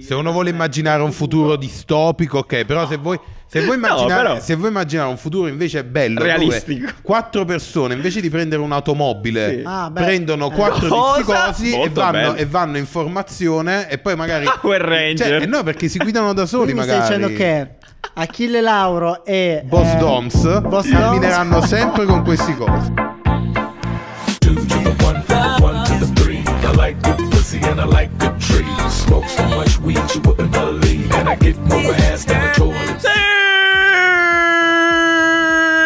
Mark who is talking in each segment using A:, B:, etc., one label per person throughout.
A: Se uno vuole immaginare un futuro distopico, ok, però se voi, se voi, immaginare,
B: però-
A: se voi immaginare un futuro invece bello, dove
B: Realistico.
A: quattro persone invece di prendere un'automobile
B: Sì.
C: Ah, beh.
A: prendono
C: Eh.
A: quattro di
B: Cosa?
A: questi cosi e
B: Molto
A: vanno,
B: bello. Ah,
A: e vanno in formazione e poi magari...
B: Power Ranger.
A: Cioè, eh no, perché si guidano da soli
C: Quindi mi
A: magari.
C: stai dicendo che Achille Lauro e
A: Boss
C: eh,
A: Doms
C: Boss
A: cammineranno
C: Doms-
A: sempre con questi cosi.
D: Two to the one, one to the three. I like good pussy and I like good trees. Smoke so much weed you wouldn't believe. And I get more ass than a toilet.
B: Sì!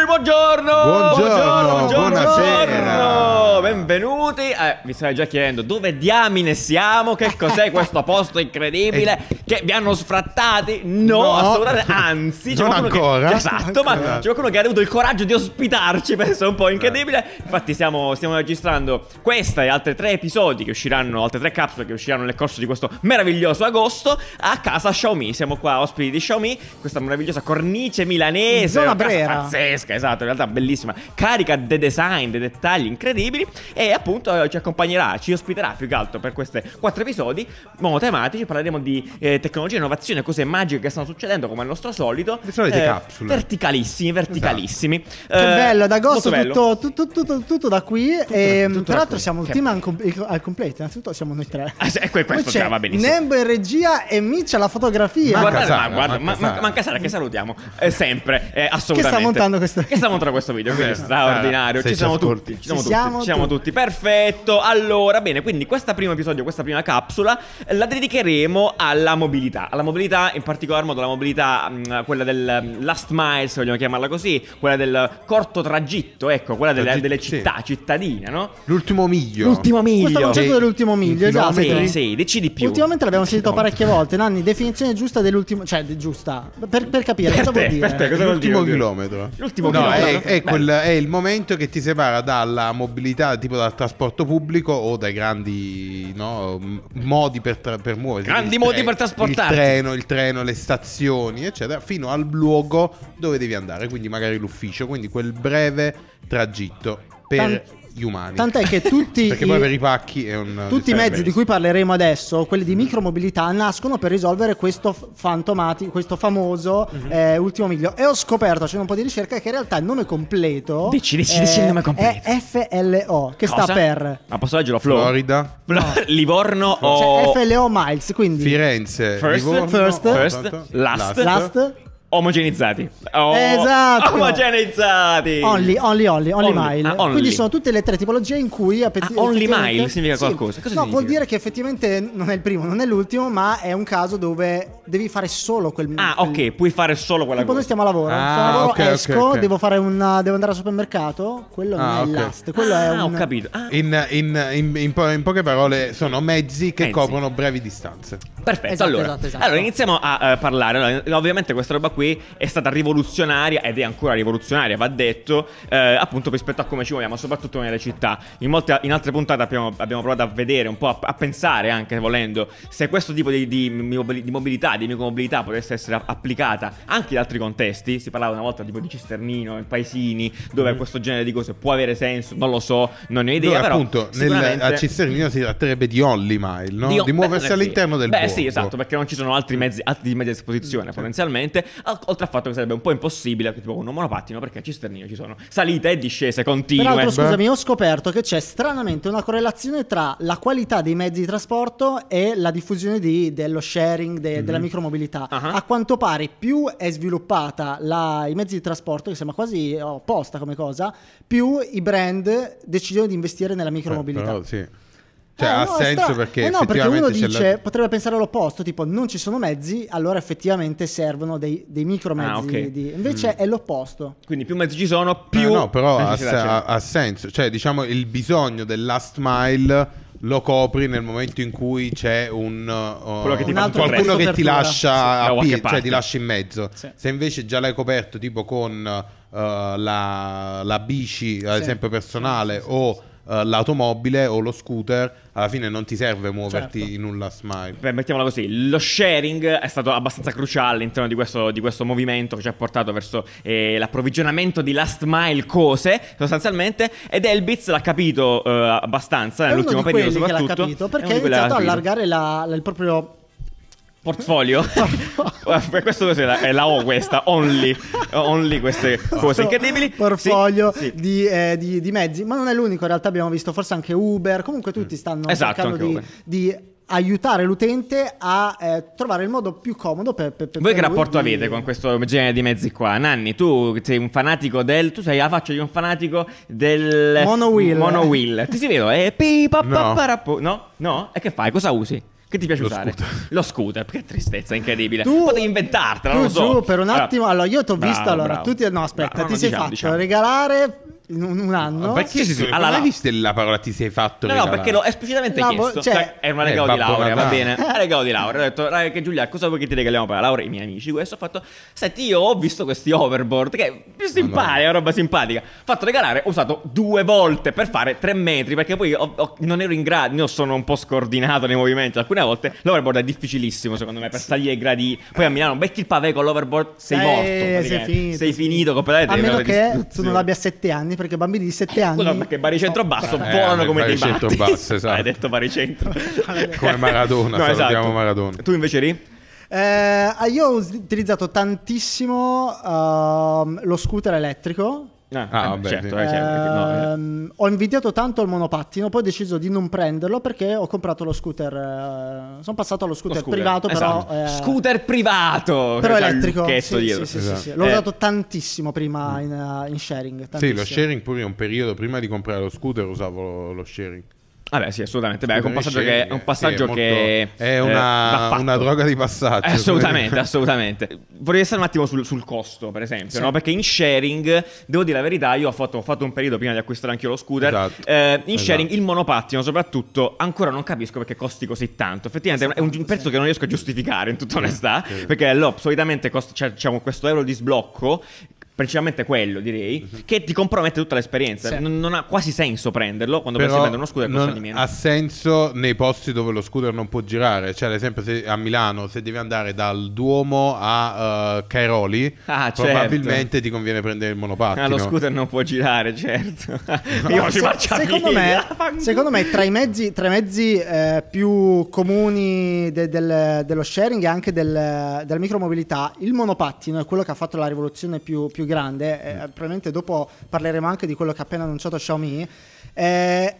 B: Buongiorno!
A: Buongiorno, buonasera.
B: Benvenuti! Eh, mi stai già chiedendo dove diamine siamo? Che cos'è questo posto incredibile? Che vi hanno sfrattati? No,
A: Eh. No.
B: assolutamente. Anzi, c'è
A: Non
B: qualcuno che-
A: ancora.
B: esatto, ma
A: Ancora.
B: c'è qualcuno che ha avuto il coraggio di ospitarci. Penso un po' incredibile. Infatti, stiamo, stiamo registrando questa e altre tre episodi che usciranno, altre tre capsule che usciranno nel corso di questo meraviglioso agosto. A casa Xiaomi. Siamo qua ospiti di Xiaomi, questa meravigliosa cornice milanese.
C: Zona
B: una casa
C: Brera.
B: pazzesca, esatto, in realtà bellissima, carica di design, di dettagli incredibili e appunto eh, ci accompagnerà, ci ospiterà più che altro per questi quattro episodi monotematici, parleremo di eh, tecnologia, innovazione, cose magiche che stanno succedendo come al nostro solito. Eh,
A: Le solite capsule.
B: Verticalissimi, verticalissimi.
C: Esatto. Che
B: Eh,
C: bello, ad
B: molto
C: agosto
B: bello.
C: tutto, tutto, tutto, tutto da qui. e,
B: tutto
C: tra
B: da
C: l'altro
B: qui.
C: siamo il
B: Che
C: team al, com- al completo, innanzitutto siamo noi tre.
B: Ah, sì, e que- questo
C: Poi c'è
B: già va benissimo.
C: Nembo in regia e Mitch alla fotografia.
B: Ma
A: Manca
B: guarda,
A: Sara,
B: ma guarda,
A: manca
B: ma- ma-
A: Sara.
B: manca Sara che salutiamo eh, sempre, eh, assolutamente.
C: montando questo-
B: Che sta montando questo video, quindi
A: Sara,
B: straordinario.
A: se
B: Ci
A: ci
B: siamo
A: ascolti.
B: tutti, ci siamo
C: Ci
B: tutti,
C: siamo
B: ci siamo tutti. Perfetto. Allora, bene, quindi questa primo episodio, questa prima capsula eh, la dedicheremo alla mobilità, alla mobilità in particolar modo la mobilità mh, quella del mh, last mile, se vogliamo chiamarla così, quella del corto tragitto, ecco, quella delle,
A: Tragitto,
B: delle
A: sì.
B: città, cittadine, no?
A: L'ultimo miglio.
B: L'ultimo
C: Questo
B: miglio.
C: concetto
A: Sì.
C: dell'ultimo miglio,
A: Un
C: esatto.
A: chilometro.
B: Sì, sì, dici di più.
C: Ultimamente l'abbiamo
B: Dici di
C: sentito
B: più.
C: parecchie volte, Nanni, definizione giusta dell'ultimo, cioè di- giusta, per, per capire
B: Per
C: cosa
B: te,
C: vuol dire.
B: per te, cosa vuol dire?
A: L'ultimo chilometro.
B: L'ultimo
A: No,
B: chilometro.
A: È, è
B: Beh.
A: quel- è il momento che ti separa dalla mobilità, tipo dal trasporto pubblico o dai grandi no, m- modi per, tra- per muoversi.
B: Grandi
A: Il
B: modi
A: tre-
B: per trasportarti.
A: Il treno, il treno, le stazioni, eccetera, fino al luogo dove devi andare, quindi magari l'ufficio, quindi quel breve tragitto per
C: Tant-
A: gli umani.
C: Tant'è che tutti
A: Perché
C: i-
A: poi per i pacchi è
B: Ah,
A: un...
C: Tutti i
A: dispendio.
C: mezzi di cui parleremo adesso, quelli di micromobilità, nascono per risolvere questo f- fantomati, questo famoso
B: Mhm.
C: eh, ultimo miglio. E ho scoperto, facendo un po' di ricerca, che in realtà il nome completo.
B: Dici, dici, dici il nome completo.
C: È FLO, che
B: Cosa?
C: sta per.
B: Ma posso leggerlo Flo?
A: Florida,
B: Flo- Livorno
C: Cioè,
B: o
C: FLO Miles, quindi.
A: Firenze,
B: Oh. First,
A: Livorno,
C: first,
B: first, last.
C: Last.
B: omogenizzati. O-
C: Esatto.
B: Omogenizzati.
C: Only, only, only, only,
B: Only,
C: mile.
B: ah, only.
C: Quindi sono tutte le tre tipologie in cui
B: Ah,
C: effetti-
B: only
C: effettivamente-
B: mile significa qualcosa.
C: Sì.
B: Cosa
C: no,
B: significa?
C: vuol dire che effettivamente non è il primo, non è l'ultimo, ma è un caso dove devi fare solo quel
B: Ah,
C: quel-
B: ok, puoi fare solo quella
C: Tipo
B: cosa.
C: noi stiamo a lavoro,
A: Ah,
C: stiamo a lavoro
A: ok, ok,
C: esco,
A: ok.
C: Devo, fare una, devo andare al supermercato, quello
A: Ah,
C: non è
A: ok.
C: il last, quello
B: ah,
C: è un...
B: ho capito. Ah,
A: In, in- in- in po- in poche parole sono mezzi che
B: Mezzi.
A: coprono brevi distanze.
B: Perfetto,
C: Esatto,
B: allora.
C: esatto, esatto.
B: allora iniziamo a eh, parlare. Allora, ovviamente questa roba qui è stata rivoluzionaria ed è ancora rivoluzionaria, va detto, eh, appunto rispetto a come ci muoviamo, soprattutto nelle città. In, molte, in altre puntate abbiamo, abbiamo provato a vedere, un po' a, a pensare anche volendo, se questo tipo di, di mobili- di mobilità, di micromobilità potesse essere applicata anche in altri contesti. Si parlava una volta tipo di Cisternino, in paesini,
A: Mm.
B: dove questo genere di cose può avere senso, non lo so, non ne ho idea.
A: Dove,
B: però
A: appunto nel,
B: sicuramente-
A: a Cisternino si tratterebbe di Only Mile, no?
B: Dio-
A: di muoversi
B: beh, eh,
A: all'interno
B: sì.
A: del
B: Beh,
A: borgo.
B: sì, esatto, perché non ci sono altri mezzi, altri mezzi a disposizione potenzialmente. Al- Oltre al fatto che sarebbe un po' impossibile, tipo con un monopattino, perché a Cisternino ci sono salite e discese continue.
C: Peraltro scusami,
A: Beh.
C: ho scoperto che c'è stranamente una correlazione tra la qualità dei mezzi di trasporto e la diffusione di- dello sharing, de- della
A: Mhm.
C: micromobilità.
B: Ah.
C: A quanto pare più è sviluppata la- i mezzi di trasporto, che sembra quasi opposta come cosa, più i brand decidono di investire nella
A: Cioè,
C: micromobilità.
A: però, sì. Cioè,
C: Eh,
A: ha
C: no, è
A: senso
C: stra-
A: perché
C: eh no, perché
A: effettivamente
C: uno
A: c'è
C: dice,
A: la...
C: potrebbe pensare all'opposto, tipo non ci sono mezzi, allora effettivamente servono dei, dei micromezzi.
B: Ah, ok. Eh,
C: di- Invece è l'opposto.
B: Quindi più mezzi ci sono,
A: Eh,
B: più...
A: no, però ha,
B: necessità c'è.
A: ha- ha senso. Cioè, diciamo, il bisogno del last mile lo copri nel momento in cui c'è un, uh,
B: Quello che ti
A: un
B: fa tutto il
A: qualcuno
B: resto.
A: che ti
C: Un'altra
A: lascia
B: apertura. Sì,
A: a
B: da qualche
A: pie- cioè
B: parte.
A: ti lascia in mezzo.
C: Sì.
A: Se invece già l'hai coperto tipo con uh, la, la bici, ad
C: Sì.
A: esempio personale, o uh, l'automobile o lo scooter, alla fine non ti serve muoverti
C: Certo.
A: in un last mile.
B: Beh, mettiamola così, lo sharing è stato abbastanza cruciale all'interno di questo, di questo movimento che ci ha portato verso eh, l'approvvigionamento di last mile cose, sostanzialmente, ed Elbitz l'ha capito eh, abbastanza
C: È uno
B: nell'ultimo
C: di
B: periodo
C: quelli che l'ha
B: soprattutto.
C: capito,
B: È uno
C: perché
B: di
C: ha
B: quelli che l'ha
C: iniziato a
B: capito.
C: allargare la- la- il proprio
B: Portfolio. per questo cos'è la, è la O questa, only. Only queste cose incredibili. Sì,
C: portfolio
B: sì.
C: Di, eh, di- di mezzi, ma non è l'unico in realtà, abbiamo visto forse anche Uber, comunque tutti stanno
B: Esatto, anche
C: cercando
B: Uber.
C: di, di aiutare l'utente a eh, trovare il modo più comodo per... per, per
B: Voi che
C: per lui
B: rapporto
C: di-
B: avete con questo genere di mezzi qua? Nanni, tu sei un fanatico del... Tu sei la faccia di un fanatico del...
C: Monowheel.
B: Monowheel. Ti si Eh, vedo, è... pipa,
A: No.
B: paparapo- No? No? E che fai? Cosa usi? Che ti piace
A: Lo
B: usare?
A: scooter.
B: Lo scooter, che tristezza incredibile.
C: Tu-
B: Potevi inventartela,
C: Tu
B: non lo so.
C: giù per un attimo, allora, io ti ho
B: bravo,
C: visto, allora,
B: bravo.
C: tu ti... No, aspetta,
B: Bravo,
C: ti
B: no,
C: sei
B: diciamo,
C: fatto
B: diciamo.
C: regalare in un, un anno...
A: Perché
B: sì, sì, sì. Allora,
A: non hai
B: no.
A: visto la parola ti sei fatto?
B: No, no,
A: regalare?
B: perché l'ho esplicitamente
C: La vo-
B: chiesto.
C: cioè-
B: Cioè, è una
A: Eh,
B: regalo di
A: Babbo
B: laurea, va
A: Natale.
B: bene. È regalo di laurea. Ho detto, "Raga, che Giulia, cosa vuoi che ti regaliamo per la laurea? I miei amici, questo. Ho fatto, senti, io ho visto questi overboard, che è più simpatica, è una roba simpatica. Ho fatto regalare, ho usato due volte per fare tre metri, perché poi ho- ho- non ero in grado, io sono un po' scordinato nei movimenti. Alcune volte l'overboard è difficilissimo, secondo me, per salire ai gradi. Poi a Milano, becchi il pavè con l'overboard, sei
C: Eh,
B: morto.
C: sei
B: praticamente.
C: finito,
B: sei
C: sì.
B: finito completamente.
C: A
B: devi
C: meno
B: andare in
C: che tu
B: distruzione.
C: non abbia sette anni, perché bambini di sette anni...
B: Scusa, perché baricentro basso
A: Eh,
B: volano come dei
A: baricentro
B: matti.
A: basso, esatto.
B: Hai detto baricentro.
A: Come Maradona, salutiamo Maradona.
B: esatto. Tu invece lì?
C: Eh, ah, io ho us- utilizzato tantissimo ehm, lo scooter elettrico.
A: Ah, vabbè,
B: certo,
A: sì.
B: eh, certo, perché no, eh.
C: Ehm, ho invidiato tanto il monopattino, poi ho deciso di non prenderlo perché ho comprato lo scooter. eh, sono passato allo
B: Lo
C: scooter, privato,
B: esatto.
C: però. eh,
B: Scooter privato!
C: Però
B: C'è il
C: elettrico. Sì,
B: lucchetto
C: sì,
B: dietro.
C: sì, sì,
A: Esatto.
C: sì. L'ho
B: Eh.
C: usato tantissimo prima in, eh, in sharing.
A: Sì,
C: tantissimo.
A: lo sharing pure è un periodo prima di comprare lo scooter usavo lo sharing.
B: Vabbè, sì, assolutamente. Beh, è un
A: Scooter
B: passaggio
A: sharing,
B: che è un passaggio
A: sì, è
B: che
A: molto- è
B: eh, va
A: una,
B: fatto.
A: una droga di passaggio.
B: Eh, Assolutamente, assolutamente. Vorrei stare un attimo sul, sul costo, per esempio,
C: Sì.
B: no? perché in sharing, devo dire la verità, io ho fatto, ho fatto un periodo prima di acquistare anche io lo scooter.
A: Esatto.
B: eh, in
A: Esatto.
B: sharing il monopattino, soprattutto, ancora non capisco perché costi così tanto. Effettivamente è un- è un
C: Esatto,
B: prezzo
C: sì.
B: che non riesco a giustificare, in tutta onestà,
A: sì.
B: perché allora, solitamente costa, c'è, c'è un- questo euro di sblocco. Principalmente quello, direi,
A: Mhm.
B: che ti compromette tutta l'esperienza.
C: Sì.
B: Non, non ha quasi senso prenderlo quando pensi di
A: Però
B: prendere uno scooter che costa di
A: non
B: meno.
A: ha senso nei posti dove lo scooter non può girare. Cioè, ad esempio, se a Milano, se devi andare dal Duomo a eh, Cairoli,
B: Ah, certo.
A: probabilmente ti conviene prendere il monopattino.
B: Ah, lo scooter non può girare, certo.
C: No,
B: Io ci
C: se-
B: faccio
C: secondo me, secondo me tra i mezzi, tra i mezzi, eh, più comuni de- del- dello sharing e anche del- della micromobilità, il monopattino è quello che ha fatto la rivoluzione più, più grande.
A: Mm.
C: eh, probabilmente dopo parleremo anche di quello che ha appena annunciato Xiaomi. eh,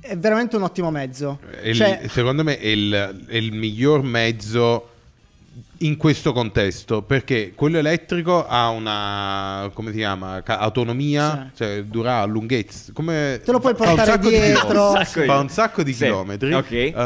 C: è veramente un ottimo mezzo.
A: È il-
C: Cioè,
A: secondo me è il, è il miglior mezzo in questo contesto perché quello elettrico ha una come si chiama Ca- autonomia, cioè dura lunghezza. Come
C: Te lo puoi
A: fa un
C: portare
A: sacco di
C: dietro.
A: chilometri.
B: Un sacco di-
A: fa un sacco di
B: Sì,
A: chilometri.
B: ok.
A: Eh,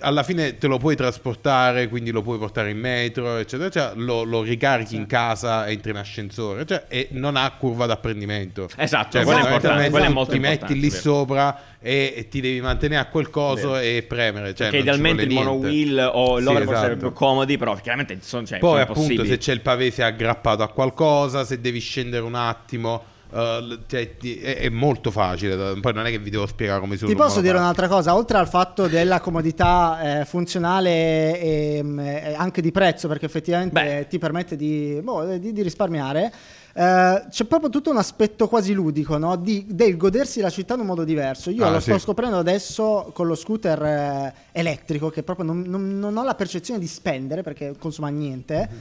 A: alla fine te lo puoi trasportare, quindi lo puoi portare in metro, eccetera, eccetera. Lo, lo ricarichi in casa, entri in ascensore, cioè, e non ha curva d'apprendimento.
B: Esatto,
A: Cioè,
B: quello è importante,
A: fondamentalmente
B: quello è molto
A: ti metti
B: importante,
A: lì
B: vero.
A: sopra e, e ti devi mantenere a quel coso e premere. Cioè
B: Che
A: non ci
B: idealmente il
A: vuole niente.
B: monowheel o
A: Sì,
B: l'overboard
A: esatto.
B: sarebbero più comodi, però chiaramente sono, cioè,
A: Poi
B: sono
A: appunto
B: impossibili.
A: se c'è il pavese aggrappato a qualcosa, se devi scendere un attimo, eh, l- cioè, ti- è, è molto facile. da- Poi non è che vi devo spiegare come si usa.
C: Ti
A: un
C: posso dire
A: monopattino.
C: un'altra cosa, oltre al fatto della comodità eh, funzionale e, mm, e anche di prezzo, perché effettivamente
B: Beh.
C: eh, ti permette di, boh, eh, di- di risparmiare, eh, c'è proprio tutto un aspetto quasi ludico no? Di- del godersi la città in un modo diverso. Io
A: Ah,
C: lo
A: sì.
C: sto scoprendo adesso con lo scooter eh, elettrico, che proprio non, non- non ho la percezione di spendere perché consuma niente.
A: Mm-hmm.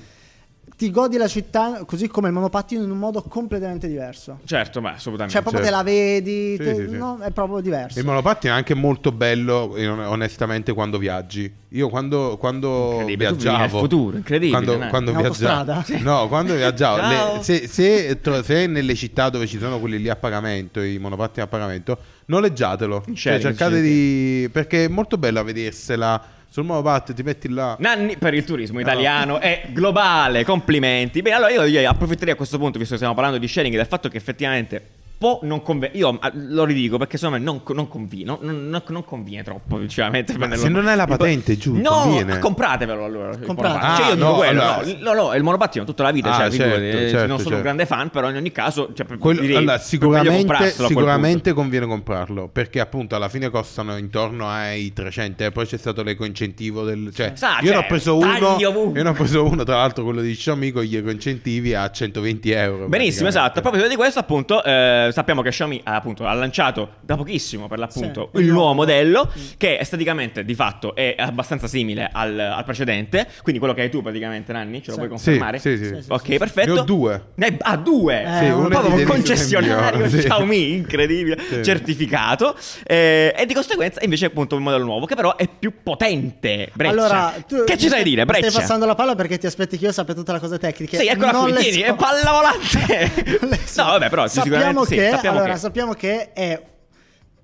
C: Ti godi la città così come il monopattino in un modo completamente diverso.
B: Certo, ma assolutamente.
C: Cioè, proprio
A: certo.
C: te la vedi,
A: Sì,
C: te-
A: sì, sì.
C: no? è proprio diverso.
A: Il monopattino è anche molto bello, eh, on- onestamente, quando viaggi. Io quando, quando
B: Incredibile, tu vivi
A: viaggiavo...
B: nel futuro, incredibile,
A: Quando,
B: dai.
A: quando
C: In
A: viaggiavo...
C: autostrada?
A: No, quando viaggiavo... le-
B: Ciao.
A: se, se tro- se nelle città dove ci sono quelli lì a pagamento, i monopattini a pagamento, noleggiatelo.
B: In
A: Cioè,
B: sharing,
A: cercate
B: sì,
A: di... Perché è molto bella vedersela. Sul monopattino ti metti là...
B: Nanni per il turismo italiano è globale, complimenti. Bene, allora io, io approfitterei a questo punto, visto che stiamo parlando di sharing, del fatto che effettivamente può non convenire. Io ah, lo ridico perché secondo me non, non conviene, non, non- non conviene troppo, sinceramente. prenderlo-
A: se non hai la patente, giù,
B: No,
A: conviene.
B: compratevelo allora. il
C: Comprate.
B: monopattino.
A: Ah,
B: cioè, io dico
A: no,
B: quello,
A: allora-
B: no, no, no, il monopattino tutta la vita,
A: Ah,
B: cioè,
A: certo,
B: figurati, eh,
A: certo,
B: non sono
A: certo.
B: un grande fan, però in ogni caso, cioè, per-
A: Quello-
B: direi,
A: allora,
B: per- meglio
A: sicuramente,
B: comprarselo a quel
A: sicuramente conviene comprarlo perché appunto alla fine costano intorno ai 300 e poi c'è stato l'ecoincentivo del cioè
B: Sa,
A: io ne ho
B: cioè,
A: preso
B: tagli
A: uno
B: ovunque.
A: io ne ho preso uno tra l'altro quello di Xiaomi con gli ecoincentivi a 120 euro
B: Benissimo,
A: praticamente.
B: esatto. A proposito di questo, appunto, eh, eh, sappiamo che Xiaomi ha, appunto, ha lanciato da pochissimo per l'appunto
C: Sì, Mm.
B: il
C: il
B: nuovo
C: nuovo.
B: modello che esteticamente di fatto è abbastanza simile al, al precedente, quindi quello che hai tu praticamente Nanni, ce lo
C: Sì.
B: puoi
A: Sì,
B: confermare?
A: sì, sì.
C: Sì, sì.
B: Ok, perfetto.
A: Ne ho due.
B: Ne- ah, due.
C: Eh, Sì, uno è
B: proprio
C: di
B: un
C: Dennis
B: concessionario
A: Cambiaro, sì.
B: Xiaomi, incredibile,
A: Sì.
B: certificato. eh, e di conseguenza invece appunto un modello nuovo che però è più potente. Breccia. che ci sai
C: mi
B: dire,
C: stai- mi
B: Breccia?
C: Stai passando la palla perché ti aspetti che io sappia tutte le cose tecniche.
B: Sì, eccola
C: Non
B: qui,
C: le
B: tieni,
C: so.
B: è palla volante.
C: Non le so.
B: no, vabbè, però
C: sappiamo
B: sicuramente sì,
C: che,
B: sappiamo
C: allora,
B: che-
C: sappiamo che è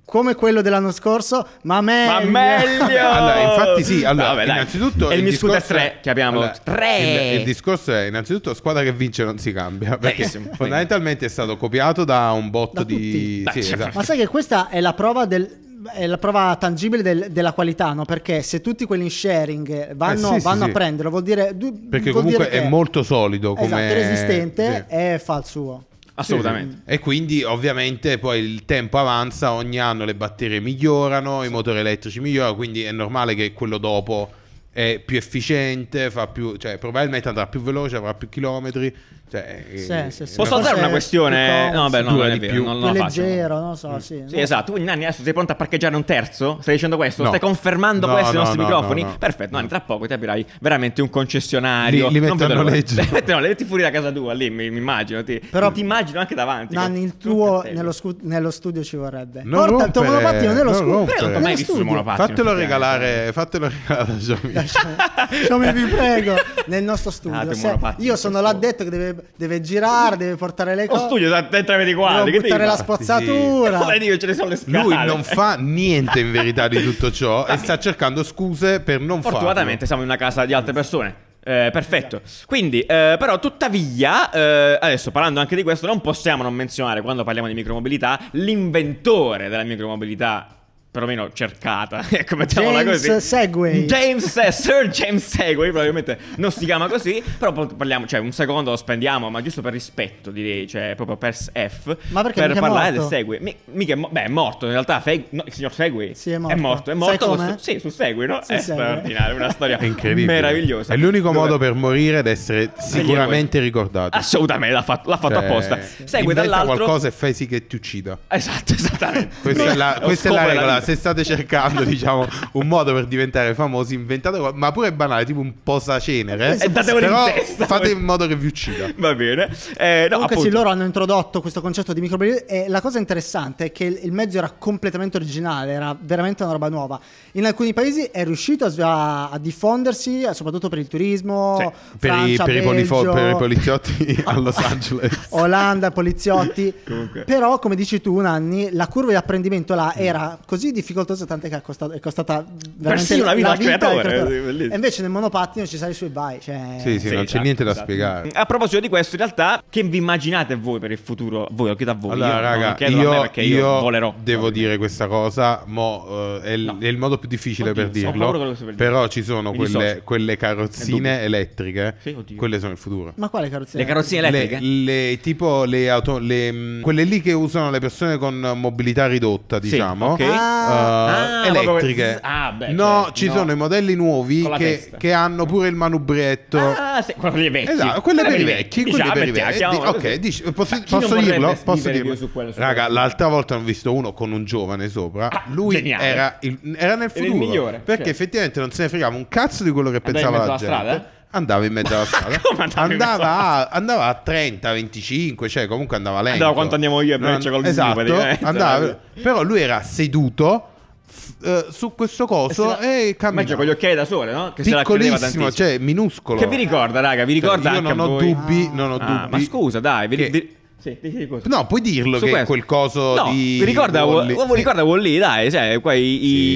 C: come quello dell'anno scorso, ma meglio.
B: Ma meglio!
A: Allora, infatti sì, allora,
B: Vabbè, dai.
A: innanzitutto...
B: E il Miscuda
A: discorso
B: tre, che abbiamo tre.
A: Il, il discorso è, innanzitutto, squadra che vince non si cambia, perché
B: Benissimo.
A: fondamentalmente è stato copiato da un botto
C: Da
A: di...
C: tutti.
B: Beh,
A: sì,
B: certo.
A: esatto.
C: Ma sai che questa è la prova del- è la prova tangibile del- della qualità, no? Perché se tutti quelli in sharing vanno,
A: Eh, sì, sì,
C: vanno
A: sì.
C: a prenderlo, vuol dire. du-
A: Perché
C: vuol
A: comunque
C: dire
A: è
C: che-
A: molto solido come...
C: Esatto, è resistente
A: sì.
C: e fa il suo.
B: Assolutamente.
A: E quindi ovviamente poi il tempo avanza, ogni anno le batterie migliorano, i motori elettrici migliorano, quindi è normale che quello dopo è più efficiente, fa più, cioè probabilmente andrà più veloce, avrà più chilometri. Cioè,
C: Sì,
A: eh,
C: sì,
B: Posso
C: sì. Forse
B: alzare una
C: è
B: questione?
C: più
B: No, vabbè, no,
A: dura
B: non è
A: di
B: vero,
A: più.
B: non
C: Più
B: lo faccio.
C: leggero, non so, sì.
B: Sì, esatto. Quindi Nanni adesso sei pronto a parcheggiare un terzo? Stai dicendo questo?
A: No.
B: Stai confermando
A: No,
B: questo ai
A: no,
B: nostri
A: no,
B: microfoni?
A: no, no.
B: Perfetto, Nanni,
A: No.
B: tra poco ti aprirai veramente un concessionario.
A: Li- li
B: Non
A: metto a
B: vedo l'ora.
A: noleggio.
B: Li mettono, li metti fuori da casa tua, lì mi, mi immagino. Ti,
C: Però-
B: ti immagino anche davanti.
C: Nanni, il
B: con-
C: tuo
B: con te.
C: nello, scu- nello studio ci vorrebbe.
A: Non
C: Porta il tuo
A: rompere,
C: monopattino nello
A: non
C: scu-
A: rompere.
B: Però non ti ho
C: nello
B: mai visto il
C: studio.
B: monopattino.
A: Fatelo
B: effettivamente.
A: regalare, fatelo regalare a Xiaomi.
C: Lasciami, vi prego, nel nostro studio.
B: Ah, te
C: Se-
B: monopattino,
C: io
B: che
C: sono
B: studio.
C: l'addetto che deve, deve girare, deve portare le
B: Lo
C: cose.
B: studio, da- dentro vedi
C: devo
B: quadri. Che devi
C: buttare la
B: fare?
C: spazzatura.
B: Come dico, ce ne sono le scale.
A: Lui non fa niente in verità di tutto ciò e sta cercando scuse per non farlo.
B: Fortunatamente siamo in una casa di altre persone. Eh, perfetto. Quindi, eh, però, tuttavia, eh, adesso parlando anche di questo, non possiamo non menzionare quando parliamo di micromobilità l'inventore della micromobilità. Perlomeno cercata, ecco, mettiamola
C: James
B: così.
C: Segway.
B: James, eh, Sir James Segway, probabilmente non si chiama così. Però appunto parliamo, cioè, un secondo lo spendiamo, ma giusto per rispetto, direi, cioè, proprio per F.
C: Ma perché
B: Per
C: mica è
B: parlare del
C: morto?
B: Segway. Mi- mica è mo- beh, è morto, in realtà, Feg- no, il signor Segway
C: Sì, è
B: È
C: morto.
B: morto, è
C: Sai
B: morto
C: come?
B: questo- sì, su Segway, no?
C: Su
B: è
C: Segway.
B: straordinario, una storia
A: È incredibile.
B: meravigliosa.
A: È l'unico
B: Dove-
A: modo per morire ed essere sicuramente ricordato.
B: Assolutamente, l'ha fatto, l'ha fatto
A: Cioè,
B: apposta. Segui
A: inventa
B: dall'altro.
A: qualcosa e fai sì che ti uccida.
B: Esatto, esattamente.
A: Questa è la,
B: Lo
A: questa è
B: scopo
A: la
B: della
A: regola.
B: vita.
A: Se state cercando, diciamo, un modo per diventare famosi, inventate qual- ma pure banale, tipo un posacenere.
B: E Eh, datevelo in
A: Però
B: testa.
A: fate in modo che vi uccida.
B: Va bene. Eh, no,
C: Comunque
B: appunto.
C: sì, loro hanno introdotto questo concetto di micromobilità e la cosa interessante è che il il mezzo era completamente originale, era veramente una roba nuova. In alcuni paesi è riuscito a, s- a- a diffondersi, eh, soprattutto per il turismo,
B: Sì,
A: Per i,
C: Francia,
A: per, i polifo-
C: Belgio,
A: per i poliziotti a Los Angeles.
C: Olanda, poliziotti.
B: Comunque.
C: Però, come dici tu, Nanni, la curva di apprendimento là
A: Mm.
C: era così difficoltosa, tant'è che è costa- è costata veramente
B: Persino la vita al
C: al
B: creatore,
C: creatore.
B: sì, bellissimo.
C: E invece nel monopattino ci sai su e vai. Cioè...
A: Sì, sì,
B: Sì,
A: non c'è
B: esatto,
A: niente da
B: esatto.
A: spiegare.
B: A proposito di questo, in realtà, che vi immaginate voi per il futuro? Voi, lo chiedo a voi.
A: Allora,
B: io, non
A: raga,
B: lo chiedo a me
A: io,
B: perché io,
A: io
B: volerò.
A: devo dire questa cosa, mo, eh, è, il-
B: No.
A: è il modo più difficile per
B: Oddio, ho paura
A: dirlo.
B: quello che sto per dire.
A: però ci sono
B: Mi
A: quelle,
B: dissocio.
A: quelle
B: Nel
A: carrozzine
B: dubbio.
A: elettriche,
B: Sì, oddio.
A: quelle sono il futuro.
C: Ma quale carrozzina?
B: Le carrozzine elettriche?
A: Le, le- tipo le auto, le, mh, quelle lì che usano le persone con mobilità ridotta,
B: Sì,
A: diciamo.
B: ok.
A: Eh,
B: Ah, proprio
A: elettriche.
B: quel- ah, beh,
A: no,
B: cioè,
A: ci
B: no.
A: sono i modelli nuovi
B: Con la
A: che,
B: testa.
A: che hanno pure il manubrietto.
B: Ah, sì, quello per i vecchi.
A: Esatto, quelle per i vecchi, quelle
B: Diciamo,
A: per i
B: mettiamo-
A: vecchi.
B: chiamiamola
A: Di-
B: così.
A: ok, dici- posso,
B: Ma chi
A: posso
B: non vorrebbe
A: dirlo?
B: vivere
A: Posso
B: di più
A: dirlo?
B: su quello, su
A: Raga,
B: quello?
A: l'altra volta ne ho visto uno con un giovane sopra.
B: Ah,
A: Lui
B: geniale.
A: era, il- era nel
B: Era il
A: futuro.
B: migliore,
A: perché
B: cioè.
A: effettivamente non se ne fregava un cazzo di quello che
B: Andavi
A: pensava
B: in
A: la
B: mezzo alla
A: gente.
B: strada?
A: Andava in mezzo alla
B: Ma
A: strada.
B: come andavi in mezzo
A: andava,
B: alla
A: a, andava a 30, 25, cioè comunque andava lento.
B: Andava quanto andiamo io e
A: No,
B: Breccia col Zoom,
A: Esatto,
B: praticamente.
A: andava- però lui era seduto f- eh, su questo coso e
B: Immagino con gli
A: camminava.
B: occhiali da sole, no? Che se la chiudeva
A: eh, Piccolissimo,
B: tantissimo.
A: cioè minuscolo.
B: Che vi ricorda, raga? Vi ricorda
A: Cioè, io
B: anche
A: non
B: a
A: ho
B: voi?
A: dubbi, non ho
B: Ah,
A: dubbi.
B: ma scusa, dai, vi,
A: Che-
B: vi- sì, dici cosa.
A: Esatto. No, puoi dirlo
B: Su
A: che
B: questo.
A: quel coso
B: No,
A: di
B: vi ricorda
A: Wall-E.
B: Wall- ricorda Wall-E, dai, cioè, qua i,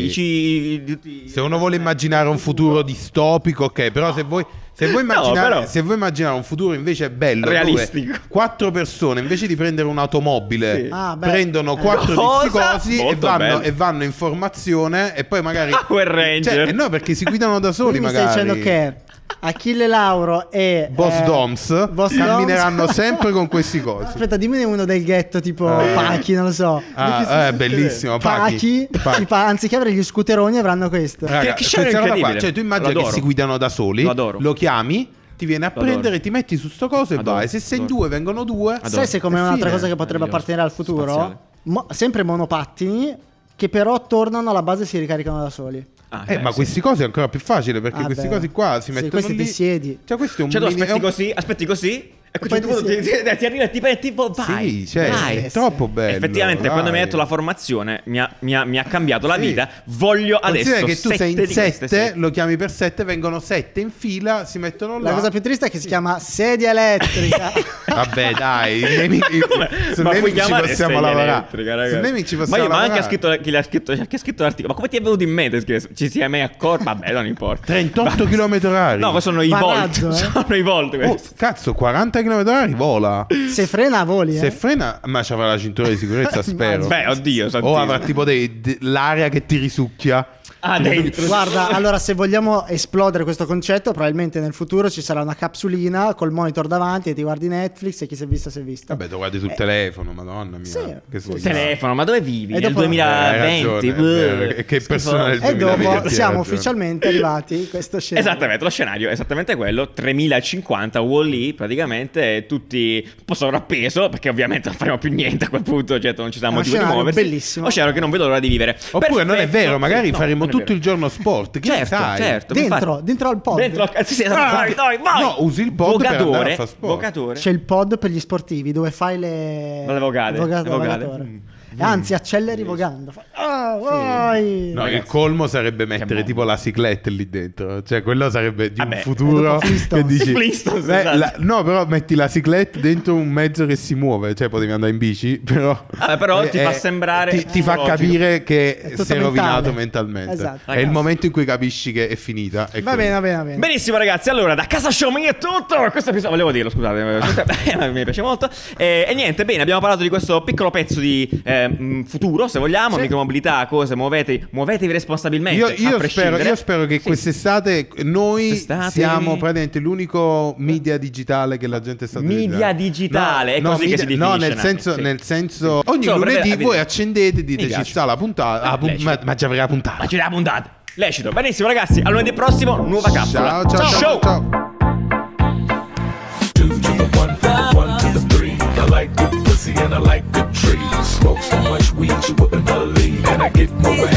B: i-
A: Sì.
B: i- i- tutti-
A: Se uno vuole immaginare un futuro distopico, ok, però se vuoi se vuoi
B: No,
A: immaginare,
B: però-
A: se vuoi immaginare un futuro invece bello,
B: Realistico.
A: dove quattro persone invece di prendere un'automobile
B: Sì.
C: Ah, beh.
A: prendono
C: Eh.
A: quattro di
B: Cosa?
A: questi cosi e
B: Molto bello. Ah,
A: vanno, e vanno in formazione e poi magari.
B: Power Ranger.
A: Cioè, eh no, perché si guidano da soli
C: Quindi mi
A: magari.
C: stai dicendo che Achille Lauro e
A: Boss
C: eh,
A: Doms
C: Boss
A: cammineranno
C: Doms-
A: sempre con questi cosi.
C: Aspetta, dimmene uno del ghetto, tipo
A: Eh.
C: Pachi, non lo so.
A: Ah, eh, bellissimo.
C: Pachi,
A: Pacchi. Pacchi.
C: si fa- anziché avere gli scuteroni avranno questo.
A: Raga,
B: che scena
A: questa roba
B: incredibile.
A: Cioè, tu immagini
B: Lo
A: che
B: adoro.
A: si guidano da soli,
B: Lo adoro.
A: lo chiami. ti viene a
B: Adoro.
A: prendere, ti metti su sto coso e
B: Adoro,
A: vai. Se sei in
B: adoro.
A: due, vengono due.
B: Adoro.
C: Sai secondo me
A: E
C: un'altra
A: fine.
C: cosa che potrebbe
B: Meraviglioso.
C: appartenere al futuro?
B: Spaziale.
C: Mo- sempre monopattini che però tornano alla base e si ricaricano da soli.
B: Ah,
A: Eh,
B: beh,
A: ma
B: sì.
A: questi cosi è ancora più facile perché
C: Ah,
A: questi
C: beh.
A: cosi qua si
C: Sì,
A: mettono
C: questi ti
A: lì.
C: siedi.
A: Cioè, questo è un
B: Cioè, tu
A: mini-
B: aspetti
A: è un-
B: così, aspetti così, e
C: poi
B: poi
C: ti
B: tu ti,
C: siedi.
B: ti- ti arriva e ti prendi tipo vai.
A: Sì, cioè,
B: vai.
A: è troppo bello.
B: Effettivamente, quando mi hai detto la formazione, mi ha, mi ha- mi ha cambiato la
A: Sì.
B: vita. Voglio
A: Considera
B: adesso
A: che tu sei
B: sette
A: in
B: di queste,
A: sette,
B: sì.
A: lo chiami per sette, vengono sette in fila, si mettono là.
C: La cosa più triste è che si chiama sedia elettrica.
A: Vabbè, dai, i nemici,
B: Come?
A: su
B: ma puoi
A: nemici ci
B: chiamare
A: possiamo
B: sedia
A: lavorare.
B: elettrica, ragazzi.
A: Su nemici
B: ma,
A: possiamo
B: io, ma anche ha
A: lavorare.
B: scritto, chi l'ha scritto, chi ha scritto l'articolo. Ma come ti è venuto in mente? Scrive, Ci si è mai accorto? Vabbè, non importa.
A: 38 km orari.
B: No, ma sono i volt.
C: Palazzo, eh.
B: Sono i volt.
A: Oh,
B: questi.
A: cazzo, 40 km orari vola.
C: Se frena voli, eh.
A: Se frena, ma c'avrà la cintura di sicurezza, spero.
B: Beh, oddio,
A: o
B: santissimo.
A: Oh, avrà tipo dei- de- l'area che ti risucchia.
B: Ah, dentro.
C: Guarda, allora se vogliamo esplodere questo concetto, probabilmente nel futuro ci sarà una capsulina col monitor davanti e ti guardi Netflix e chi si è vista si è vista.
A: Vabbè, lo guardi sul telefono, madonna mia.
C: Eh. sì,
A: che
C: sì,
A: sbagliato.
B: Il telefono, ma dove vivi?
C: E
B: Nel
C: dopo-
A: Eh, hai
B: 2020.
A: ragione, è vero,
B: Bleh.
A: che- Che persona del
C: e
A: 2020,
C: dopo
A: hai
C: siamo
A: ragione.
C: ufficialmente arrivati in questo scenario.
B: Esattamente, lo scenario è esattamente quello, 3050 Wall-E, praticamente tutti un po' sovrappeso, perché ovviamente non faremo più niente a quel punto, certo non ci sarà
C: È uno
B: motivo di
C: scenario
B: muoversi.
C: bellissimo.
B: Lo scenario che non vedo l'ora di vivere.
A: Oppure non è
B: Perfetto.
A: vero, magari
B: Sì, no,
A: faremo
B: non è
A: tutto
B: vero.
A: il giorno sport. Chi
B: Certo,
A: sai?
B: certo.
C: Dentro,
B: infatti.
C: dentro al pod.
B: Dentro al- sì, sì, esatto,
A: Ah,
B: vai, vai, vai.
A: no, usi il pod per
B: Vogatore,
A: andare a far sport.
B: Vogatore.
C: C'è il pod per gli sportivi dove fai le,
B: Le vogate,
C: voga-
B: le vogate.
C: vogatore. E Anzi, acceleri vogando. Fa- Ah, vai.
A: No, il
B: Ragazzi,
A: colmo sarebbe mettere
B: mondo.
A: tipo la cicletta lì dentro. Cioè, quello sarebbe di un
B: Vabbè,
C: è
A: futuro
C: dopo
A: che
C: Flintstones.
A: dici.
B: I Flintstones,
A: Beh,
B: esatto.
A: la- no, però metti la cicletta dentro un mezzo che si muove. Cioè, potevi andare in bici, però. Eh,
B: Vabbè, Ah, però ti fa sembrare
A: Ti, ti fa
B: logico.
A: capire che
C: tutto
A: sei rovinato
C: mentale.
A: mentalmente.
C: Esatto.
A: È il
B: Ragazzi.
A: momento in cui capisci che è finita. e
C: Va
A: quindi-
C: bene, va bene, va bene.
B: Benissimo ragazzi, allora da Casa Showman è tutto Questo episodio, volevo dirlo scusate, eh, scusate, ma mi piace molto Eh, e, e niente, bene, abbiamo parlato di questo piccolo pezzo di eh, mh, futuro se vogliamo Micromobilità, cose, muovetevi, muovetevi responsabilmente
A: Io,
B: a
A: io spero,
B: prescindere.
A: io spero che
B: Sì.
A: quest'estate noi
B: Quest'estate-
A: siamo praticamente l'unico media digitale che la gente sta
B: Media
A: utilizzando.
B: digitale, è così che si
A: No,
B: definisce,
A: nel
B: Nanni,
A: senso,
B: sì.
A: nel senso ogni
B: Insomma,
A: lunedì
B: prendete-
A: voi accendete e dite
B: Mi
A: ci
B: piace.
A: sta la puntata,
B: Ah,
A: la pun-
B: lecito.
A: ma, ma già avrà la
B: Ma
A: puntata.
B: ci la puntata, lecito Benissimo ragazzi, a lunedì prossimo, nuova capsula
A: Ciao, ciao,
B: Show!
A: ciao, ciao.
D: Two to the one, one to the three. I like good pussy and I like good trees. Smoke so much weed you wouldn't believe, and I get more ass.